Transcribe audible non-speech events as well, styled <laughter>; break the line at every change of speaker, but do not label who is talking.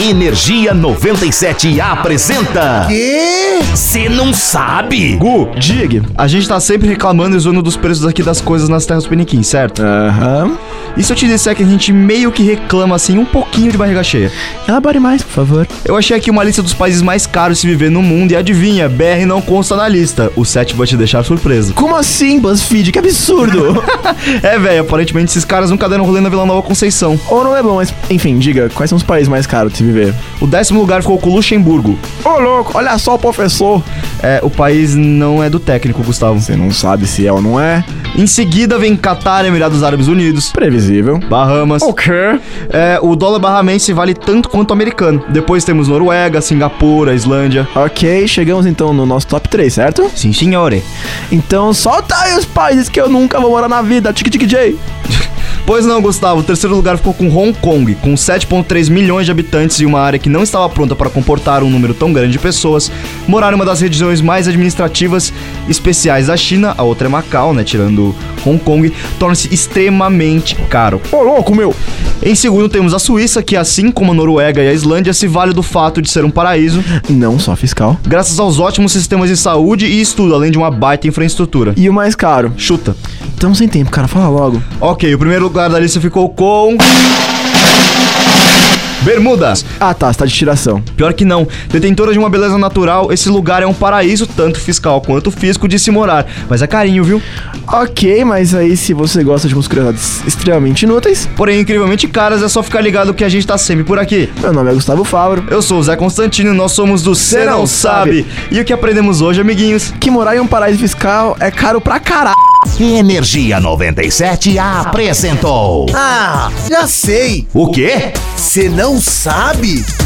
Energia 97 apresenta.
Quê?
Você não sabe?
Gu, Dig, a gente tá sempre reclamando e zoando dos preços aqui das coisas nas terras peniquim, certo?
Aham.
E se eu te disser que a gente meio que reclama assim um pouquinho de barriga cheia?
Elabore mais, por favor.
Eu achei aqui uma lista dos países mais caros de se viver no mundo e adivinha, BR não consta na lista. O 7 vai te deixar surpreso.
Como assim, BuzzFeed? Que absurdo!
<laughs> É, velho, aparentemente esses caras nunca deram rolê na Vila Nova Conceição.
Ou não é bom, mas enfim, diga, quais são os países mais caros de se viver?
O décimo lugar ficou com o Luxemburgo.
Ô, louco, olha só o professor!
É, o país não é do técnico, Gustavo.
Você não sabe se é ou não é?
Em seguida vem Catar, Emirados Árabes Unidos,
Previsível.
Bahamas.
quê?
É, o dólar barramense vale tanto quanto o americano. Depois temos Noruega, Singapura, Islândia.
Ok, chegamos então no nosso top 3, certo?
Sim, senhore.
Então solta aí os países que eu nunca vou morar na vida, tic tic jay
Pois não, Gustavo. O terceiro lugar ficou com Hong Kong, com 7,3 milhões de habitantes e uma área que não estava pronta para comportar um número tão grande de pessoas. Morar em uma das regiões mais administrativas especiais da China, a outra é Macau, né? Tirando Hong Kong, torna-se extremamente caro.
Ô louco, meu!
Em segundo, temos a Suíça, que assim como a Noruega e a Islândia, se vale do fato de ser um paraíso,
Não só fiscal.
graças aos ótimos sistemas de saúde e estudo, além de uma baita infraestrutura.
E o mais caro?
Chuta.
Tamo sem tempo, cara, fala logo.
Ok, o primeiro lugar da lista ficou com. Bermudas!
Ah tá, você tá de tiração.
Pior que não. Detentora de uma beleza natural, esse lugar é um paraíso, tanto fiscal quanto físico, de se morar. Mas é carinho, viu?
Ok, mas aí se você gosta de umas curiosidades extremamente inúteis,
Porém, incrivelmente caras, é só ficar ligado que a gente tá sempre por aqui.
meu nome é Gustavo Fabro.
Eu sou o Zé Constantino e nós somos do Cê Não Sabe. E o que aprendemos hoje, amiguinhos?
Que morar em um paraíso fiscal é caro pra caralho.
Energia 97 apresentou.
Ah, já sei!
O quê?
Você não sabe?